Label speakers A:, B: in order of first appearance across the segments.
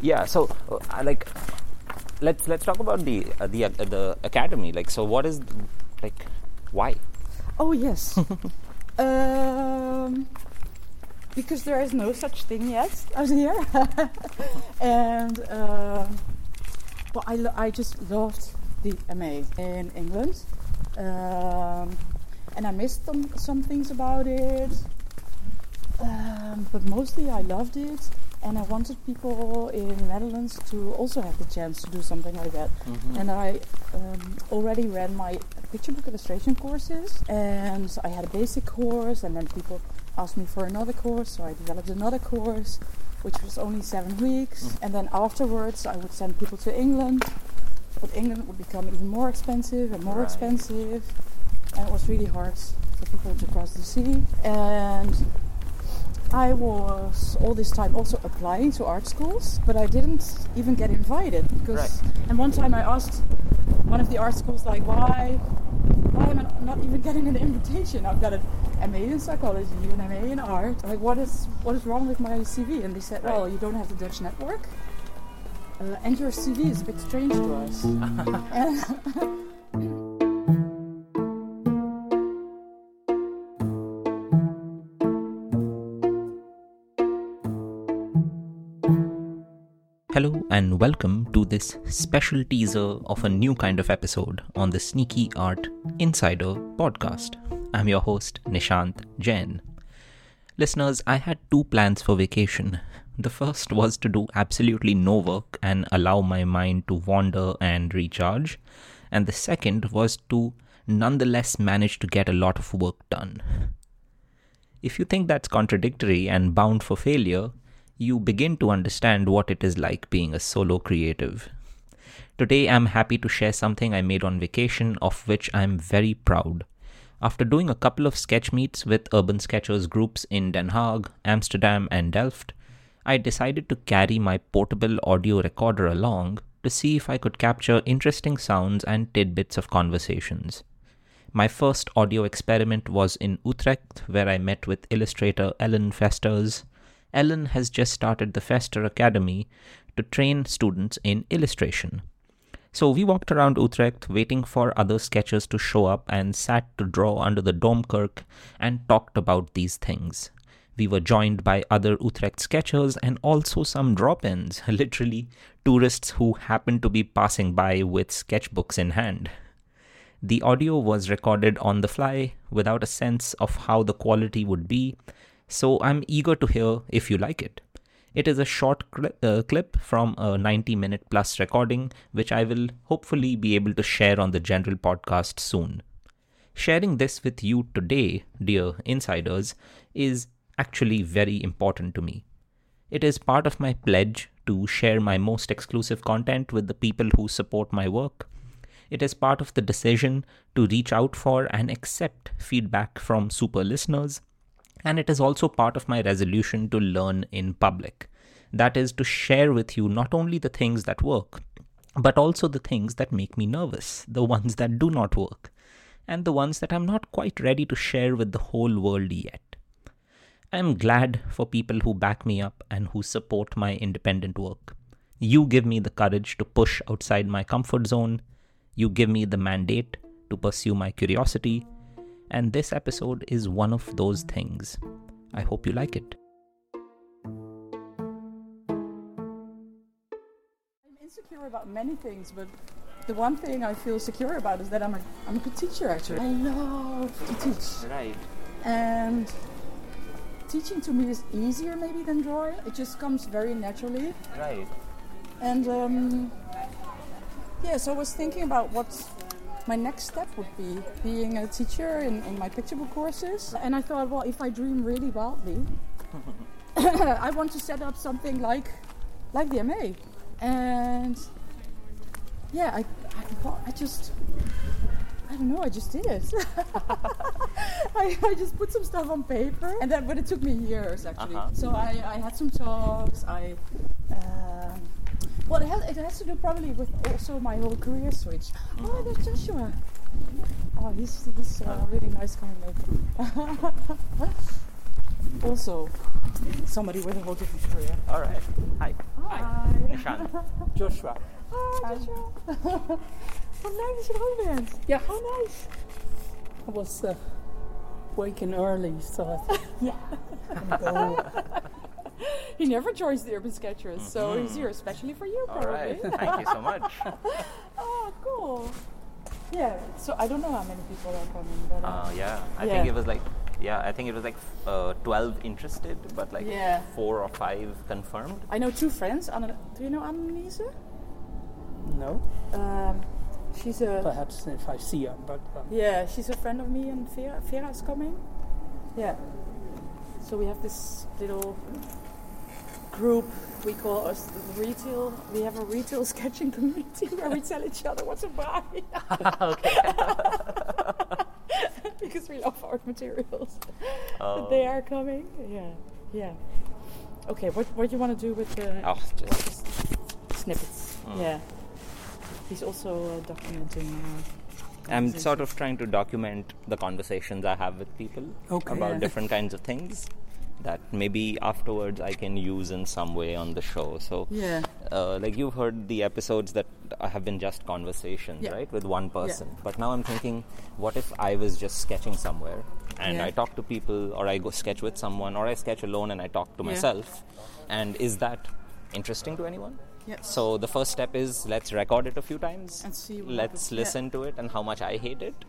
A: yeah so uh, I like let's let's talk about the uh, the uh, the academy like so what is like why
B: Oh yes. um, because there is no such thing yet out here, and um, but I lo- I just loved the MA in England, um, and I missed some some things about it, um, but mostly I loved it. And I wanted people in the Netherlands to also have the chance to do something like that and I um, already ran my picture book illustration courses, and I had a basic course, and then people asked me for another course, so I developed another course, which was only seven weeks,
A: Mhm.
B: and then afterwards I would send people to England, but England would become even more expensive and more
A: Right.
B: expensive, and it was really hard for people to cross the sea, and I was all this time also applying to art schools, but I didn't even get invited because. And one time I asked one of the art schools, like, why, why am I not even getting an invitation? I've got an MA in psychology, an MA in art. Like, what is what is wrong with my CV? And they said,
A: Right.
B: well, you don't have the Dutch network, uh, and your CV is a bit strange to us.
C: Hello and welcome to this special teaser of a new kind of episode on the Sneaky Art Insider podcast. I'm your host, Nishant Jain. Listeners, I had two plans for vacation. The first was to do absolutely no work and allow my mind to wander and recharge, and the second was to nonetheless manage to get a lot of work done. If you think that's contradictory and bound for failure, you begin to understand what it is like being a solo creative. Today, I'm happy to share something I made on vacation, of which I'm very proud. After doing a couple of sketch meets with urban sketchers groups in Den Haag, Amsterdam, and Delft, I decided to carry my portable audio recorder along to see if I could capture interesting sounds and tidbits of conversations. My first audio experiment was in Utrecht, where I met with illustrator Ellen Festers. Ellen has just started the Fester Academy to train students in illustration. So we walked around Utrecht waiting for other sketchers to show up and sat to draw under the Domkerk and talked about these things. We were joined by other Utrecht sketchers and also some drop ins, literally, tourists who happened to be passing by with sketchbooks in hand. The audio was recorded on the fly without a sense of how the quality would be, so I'm eager to hear if you like it. It is a short cli- uh, clip from a 90 minute plus recording, which I will hopefully be able to share on the general podcast soon. Sharing this with you today, dear insiders, is actually very important to me. It is part of my pledge to share my most exclusive content with the people who support my work. It is part of the decision to reach out for and accept feedback from super listeners. And it is also part of my resolution to learn in public. That is, to share with you not only the things that work, but also the things that make me nervous, the ones that do not work, and the ones that I'm not quite ready to share with the whole world yet. I'm glad for people who back me up and who support my independent work. You give me the courage to push outside my comfort zone. You give me the mandate to pursue my curiosity. And this episode is one of those things. I hope you like it.
B: I'm insecure about many things, but the one thing I feel secure about is that I'm a, I'm a good teacher, actually. I love to teach.
A: right
B: And teaching to me is easier, maybe, than drawing. It just comes very naturally.
A: right
B: And um, yeah, so I was thinking about what my next step would be being a teacher in, in my picture book courses. And I thought, well, if I dream really wildly, I want to set up something like like the MA. And yeah, I, I, thought- I just, I don't know, I just did it. I, I just put some stuff on paper, and then, but it took me years actually.
A: Uh-huh.
B: So I, I had some talks. I, um, well, it has, it has to do probably with also my whole career switch. Oh, there's Joshua. Oh, he's he's uh, a really nice guy, mate. also somebody with a whole different career.
D: All right. Hi.
B: Hi.
D: Nishant. Joshua.
B: Hi, Joshua. Wat leuk dat je er ook bent.
E: Ja.
B: Oh, nice.
E: I was uh, waking early, so I thought, yeah, I'm gonna go.
B: He never joins the Urban Sketchers, so he's here especially for you,
D: Mm-hmm. All
B: probably.
D: right. Thank you so much.
B: Oh, cool. Yeah, so I don't know how many people are coming, but uh,
D: Uh, yeah. I
B: Yeah.
D: think it was like, yeah, I think it was like uh, 12 interested, but like
B: Yeah.
D: four or five confirmed.
B: I know two friends. Anna, do you know Anneliese?
E: No,
B: Um, she's a
E: perhaps if I see her, but um,
B: yeah, she's a friend of me, and Vera, Vera is coming. Yeah. So we have this little group we call us the retail. We have a retail sketching community where we tell each other what to buy. because we love art materials. But they are coming. Yeah, yeah. Okay, what what do you want to do with the
C: Oh, just
B: just snippets? Yeah. He's also uh, documenting. Uh,
C: I'm
B: conversations.
C: sort of trying to document the conversations I have with people
E: Okay.
C: about
B: Yeah.
C: different kinds of things that maybe afterwards I can use in some way on the show. So,
B: Yeah.
C: uh, like you've heard the episodes that have been just conversations,
B: Yeah.
C: right, with one person. But now I'm thinking, what if I was just sketching somewhere and
B: Yeah.
C: I talk to people, or I go sketch with someone, or I sketch alone and I talk to
B: Yeah.
C: myself? And is that interesting to anyone?
B: Yeah.
C: So the first step is let's record it a few times
B: And see what
C: let's
B: happens. Yeah.
C: listen to it and how much I hate it.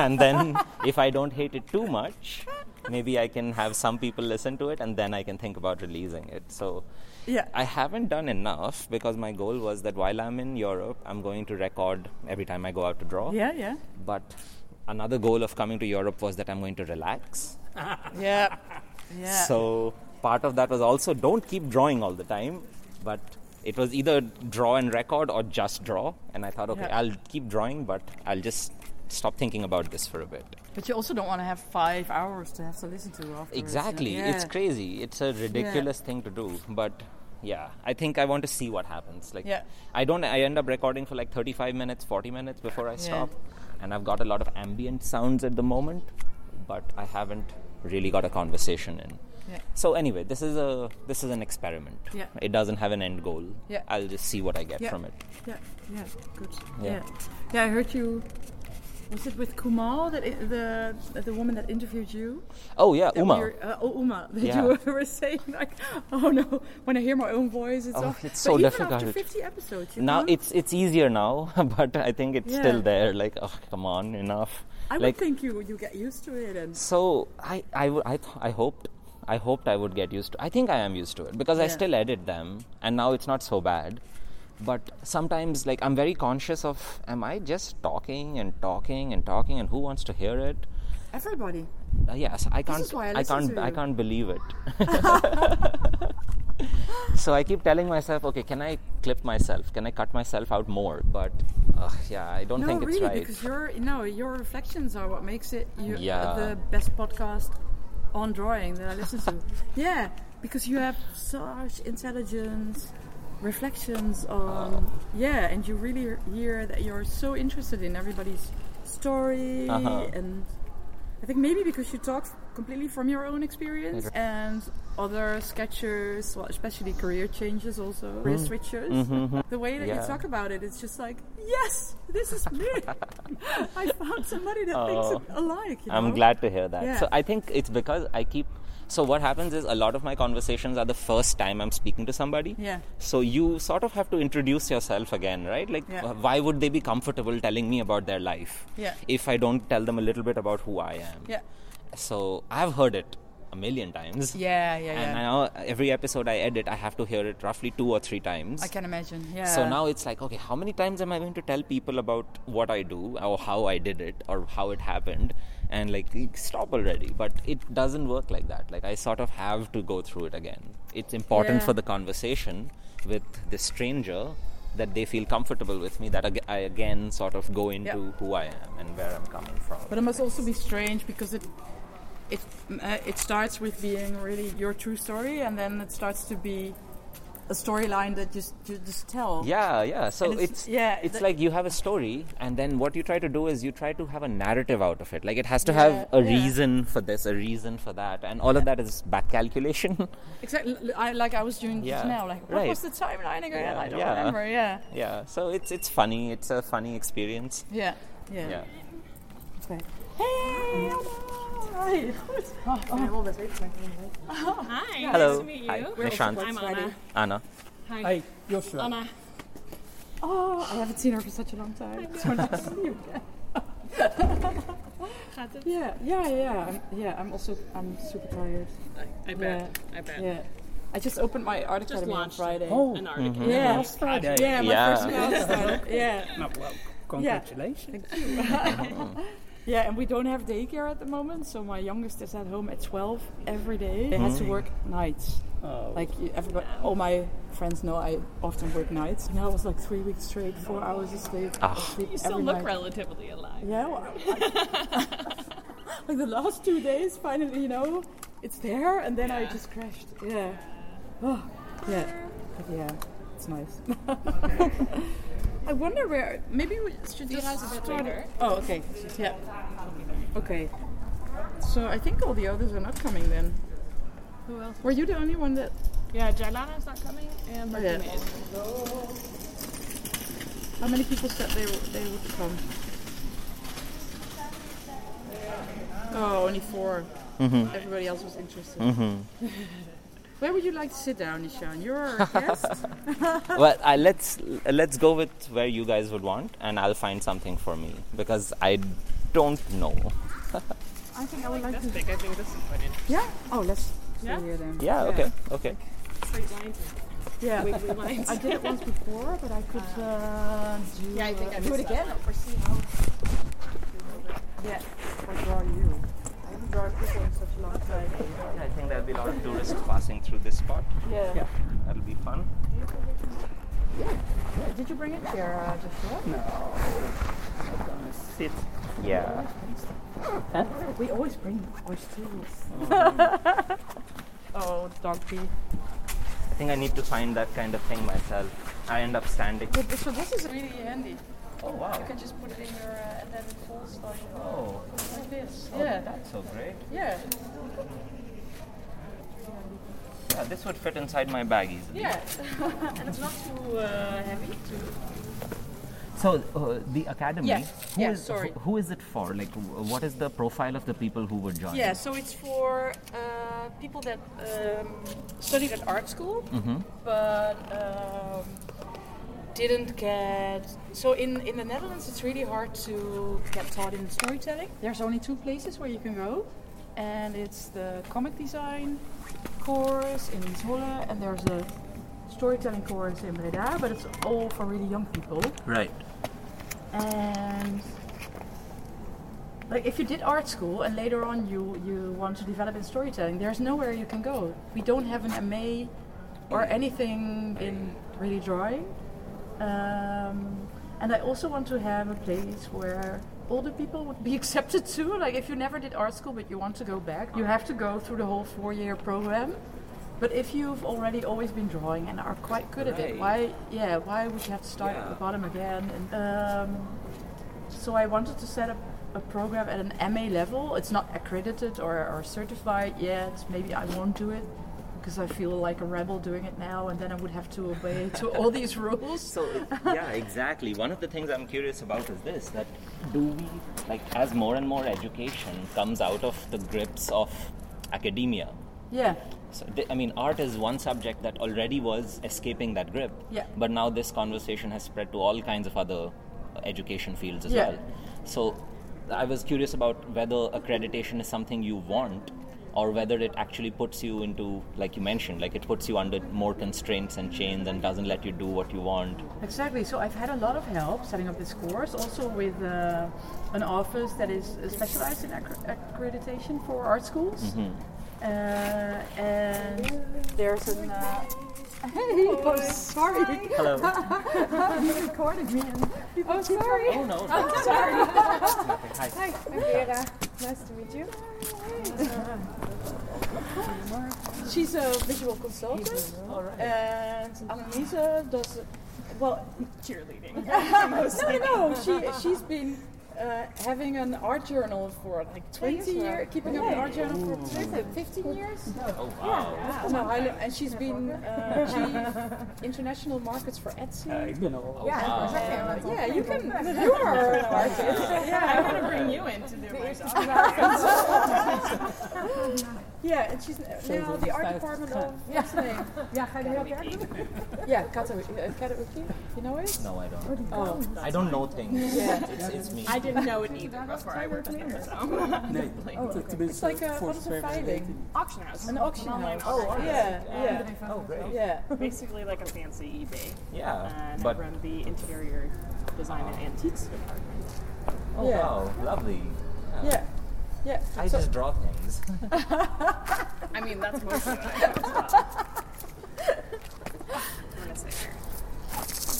C: and then if I don't hate it too much, maybe I can have some people listen to it and then I can think about releasing it. So
B: Yeah.
C: I haven't done enough because my goal was that while I'm in Europe, I'm going to record every time I go out to draw.
B: Yeah, yeah.
C: But another goal of coming to Europe was that I'm going to relax.
B: Yeah. Yeah.
C: So part of that was also don't keep drawing all the time, but it was either draw and record or just draw. And I thought, okay,
B: Yeah.
C: I'll keep drawing, but I'll just stop thinking about this for a bit.
B: But you also don't want to have five hours to have to listen to afterwards.
C: Exactly. It's crazy. It's a ridiculous thing to do, but yeah, I think I want to see what happens. Like
B: Yeah.
C: I don't I end up recording for like 35 minutes, 40 minutes before I stop. And I've got a lot of ambient sounds at the moment, but I haven't really got a conversation in.
B: Yeah.
C: So anyway, this is a this is an experiment.
B: Yeah.
C: It doesn't have an end goal.
B: Yeah.
C: I'll just see what I get
B: Yeah.
C: from it.
B: Yeah, yeah, good.
C: Yeah.
B: Yeah. Yeah, I heard you. Was it with Kumal that i- the the woman that interviewed you?
C: Oh yeah,
B: That
C: Uma.
B: we were- uh, oh, Uma, that
C: Yeah.
B: you were saying like, oh no, when I hear my own voice, it's
C: Oh,
B: off.
C: it's
B: but
C: so
B: even After
C: difficult.
B: 50 episodes, you
C: now
B: can't-
C: it's it's easier now, but I think it's
B: Yeah.
C: still there. Like, oh come on, enough.
B: I would
C: like
B: think you you get used to it and
C: so I I w- I th- I hoped I hoped I would get used to. I think I am used to it because I
B: Yeah.
C: still edit them, and now it's not so bad. But sometimes, like, I'm very conscious of: am I just talking and talking and talking, and who wants to hear it?
B: everybody.
C: Uh, yes, I can't.
B: is why I
C: I
B: listen
C: can't.
B: to
C: I
B: you.
C: can't believe it. so I keep telling myself, okay, can I clip myself? Can I cut myself out more? But uh, yeah, I don't
F: No,
C: think
F: really,
C: it's right.
F: because your no, your reflections are what makes it you, uh,
C: Yeah.
F: the best podcast on drawing that I listen to. yeah, because you have such intelligent reflections on yeah, and you really hear that you're so interested in everybody's story
C: Uh-huh.
F: and I think maybe because you talk completely from your own experience and other sketchers, well, especially career changes, also career switchers. The way that
C: Mm-hmm.
F: you
C: Yeah.
F: talk about it, it's just like, yes, this is me. I found somebody that thinks alike. You
C: Oh. I'm
F: know?
C: glad to hear that.
F: Yeah.
C: So I think it's because I keep. So what happens is a lot of my conversations are the first time I'm speaking to somebody.
F: Yeah.
C: So you sort of have to introduce yourself again, right? Like,
F: Yeah.
C: wh- why would they be comfortable telling me about their life?
F: Yeah.
C: If I don't tell them a little bit about who I am.
F: Yeah.
C: So I've heard it a million times.
F: Yeah, yeah,
C: And now uh, every episode I edit, I have to hear it roughly two or three times.
F: imagine. Yeah.
C: So now it's like, okay, how many times am I going to tell people about what I do or how I did it or how it happened? And like, e, stop already. But it doesn't work like that. Like, I sort of have to go through it again. It's important
F: Yeah.
C: for the conversation with the stranger that they feel comfortable with me, that ag- I again sort of go into who I am and where I'm coming from.
F: But it must also be strange because it it uh, it starts with being really your true story, and then it starts to be
B: a storyline that you, s- you just tell.
C: Yeah, yeah. So
B: And
C: it's,
B: it's- yeah,
C: it's
B: the-
C: like you have a story, and then what you try to do is you try to have a narrative out of it. Like it has to have
B: Yeah,
C: a
B: yeah.
C: reason for this, a reason for that, and all of that is back calculation.
B: Exactly. l- I, like I was doing
C: Yeah.
B: just now. Like, what
C: Right.
B: was the timeline again?
C: Yeah,
B: I don't
C: yeah.
B: remember. Yeah.
C: yeah. So it's it's funny. It's a funny experience.
B: Yeah. Yeah.
C: Yeah.
B: Right. Hey. Hi.
G: Oh,
H: Hi, nice
C: Hello.
H: to meet you.
C: Hi, Nishant.
H: I'm Anna.
C: Anna.
H: Hi.
E: Hey, Joshua.
H: Anna.
G: Oh, I haven't seen her for such a long time.
H: Gaat het?
G: Yeah, yeah, yeah. I'm, yeah, I'm also I'm super tired.
H: I bet. I bet.
G: Yeah. I just opened my art
H: Just
G: academy on
H: launched.
G: Friday.
E: Oh,
H: An
B: Mm-hmm.
H: article.
G: Yeah.
E: last Friday.
B: Yeah. My
C: Yeah.
B: first class started. Yeah.
E: Oh, well, congratulations.
G: Yeah, and we don't have daycare at the moment, so my youngest is at home at 12 every day. He
C: Mm.
G: has to work nights.
E: Oh,
G: Like you- everybody, all my friends know I often work nights. Now it was like three weeks straight, four hours of sleep. of sleep
H: You still
G: every
H: look
G: night.
H: relatively alive.
G: Yeah. well, I- like the last two days, finally, you know, it's there, and then I just crashed. Yeah. Oh, yeah. But yeah, it's nice.
B: I wonder where. Maybe we should
H: You guys
B: just
H: a bit
B: start.
H: later.
B: Oh, okay. Yeah. Okay. So I think all the others are not coming then.
H: Who else?
B: Were you the only one that?
H: Yeah, Jailana's not coming, and Martina
B: Yeah.
H: is.
B: How many people said they w- they would come? Oh, only 4 Everybody else was interested. Where would you like to sit down, Nishan? You're a guest.
C: well, uh, let's let's go with where you guys would want, and I'll find something for me because I don't know.
G: I think I would like to.
H: Big, I think this is quite interesting.
G: Yeah. Oh, let's stay
H: Yeah?
G: here then.
C: Yeah. Okay. Okay.
H: Straight lines
G: Yeah.
H: and wiggly lines.
G: I did it once before, but I could uh, do,
H: yeah, I think I
G: uh, do it
H: missed that.
G: again. Yeah. Or draw you. I haven't drawn people in such a long time.
C: I think there'll be a lot of tourists passing through this spot.
G: Yeah.
E: Yeah.
C: That'll be fun.
G: Did you bring it here, uh, Joshua?
E: gonna sit.
C: Yeah.
G: We always bring oysters. oh, dog pee.
C: I think I need to find that kind of thing myself. I end up standing.
B: so this is really handy.
C: Oh wow.
B: You can just put it in your uh, and then it falls like,
C: Oh,
B: like this. Yeah.
C: that's so great.
B: Yeah.
C: Yeah, this would fit inside my bag easily.
B: Yeah. and it's not too uh, heavy. Too.
C: So uh, the academy.
B: Yeah.
C: who
B: Yeah,
C: is-
B: sorry.
C: who- who is it for? Like, wh- what is the profile of the people who would join?
B: Yeah. So it's for uh, people that um, studied at art school, but. Um, didn't get so in, in the Netherlands it's really hard to get taught in storytelling. There's only two places where you can go, and it's the comic design course in Zwolle, and there's a storytelling course in Breda, but it's all for really young people.
C: Right.
B: and Um, like if you did art school and later on you you want to develop in storytelling there's nowhere you can go we don't have an ma or anything in really drawing um, and i also want to have a place where older people would be accepted too like if you never did art school but you want to go back you have to go through the whole four year program but if you've already always been drawing and are quite good at it
C: Right.
B: why yeah why would you have to start at the bottom again and um, so I wanted to set up a program at an MA level. It's not accredited or, or certified yet. Maybe I won't do it because I feel like a rebel doing it now, and then I would have to obey to all these rules.
C: So it- yeah, exactly. One of the things I'm curious about is this: that do we like as more and more education comes out of the grips of academia?
B: Yeah,
C: So th- I mean, art is one subject that already was escaping that grip.
B: Yeah.
C: But now this conversation has spread to all kinds of other uh, education fields as
B: Yeah.
C: well. So I was curious about whether accreditation is something you want. Or whether it actually puts you into, like you mentioned, like it puts you under more constraints and chains and doesn't let you do what you want.
B: exactly. So I've had a lot of help setting up this course, also with uh, an office that is uh, specialized in accre- accreditation for art schools.
C: Mm-hmm.
B: Uh, and there's an. Uh,
G: Hey, oh, sorry.
C: Hello.
G: you recorded me. And oh, sorry.
C: Oh no. no. Hi.
I: Hi, I'm Vera. Nice to meet you.
B: She's a visual consultant, and Annalisa does well.
H: Cheerleading.
B: no, no, no. She she's been uh, having an art journal for like 20 years, keeping up an art journal for 20, 15 years.
C: Oh wow.
B: No, I lo- and she's been uh, chief international markets for Etsy.
E: you know.
C: Yeah, wow.
B: Uh, yeah, you can. You are an artist.
H: I want to bring you into the workshop.
B: Yeah, and she's n-
E: She's
B: now
E: in
B: the art
E: South
B: department
E: Japan.
B: of what's the name? Yeah, Katawiki. Yeah, Katawiki. Uh, Katawiki. You know it?
C: No, I don't.
B: Oh,
C: I don't know things.
B: Yeah.
C: It's, it's me.
H: I didn't know it either before I worked at the so.
B: Oh, It's like a, what is a filing?
H: Auction house.
B: An auction
H: online
B: house.
H: auction house.
B: Yeah, yeah,
C: Oh great.
B: yeah.
H: Basically like a fancy eBay.
C: Yeah.
H: And I
C: Uh, But
H: run the interior design and antiques department.
C: oh
B: Yeah.
C: wow, lovely.
B: Yeah, yeah.
C: I
B: So-
C: just draw things.
H: I mean, that's mostly what I do as well. I'm gonna sit here.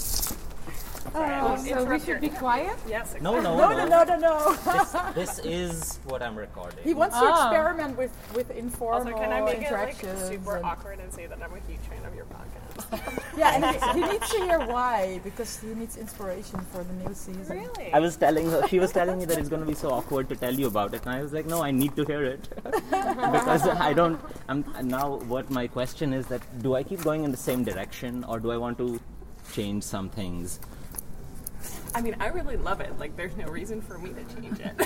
H: Sorry, I won't
J: Oh, So we
H: interrupt
J: should
H: your-
J: be quiet.
H: Yes.
C: No, no,
B: No, no, no, no, no.
C: This, this is what I'm recording.
B: He wants to
J: Ah.
B: experiment with with informal
H: Also, can I make it like
B: interactions.
H: super
B: and-
H: awkward and say that I'm a huge fan of your podcast?
B: Yeah, and he, he needs to hear why because he needs inspiration for the new season.
H: Really?
C: I was telling her, she was telling me that it's going to be so awkward to tell you about it. And I was like, no, I need to hear it. because I don't, I'm now what my question is that do I keep going in the same direction or do I want to change some things?
H: I mean, I really love it. Like, there's no reason for me to change it.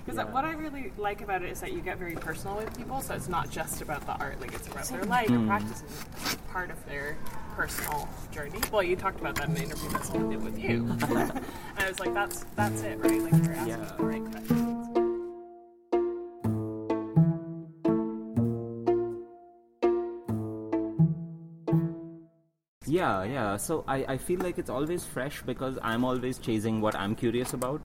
H: Because
C: Yeah.
H: what I really like about it is that you get very personal with people, so it's not just about the art, like, it's about their life, their practice, is part of their personal journey. Well, you talked about that in the interview that someone did with you. and I was like, that's that's it, right? Like, you're asking
C: Yeah.
H: the right questions.
C: Yeah, yeah. So I, I feel like it's always fresh because I'm always chasing what I'm curious about.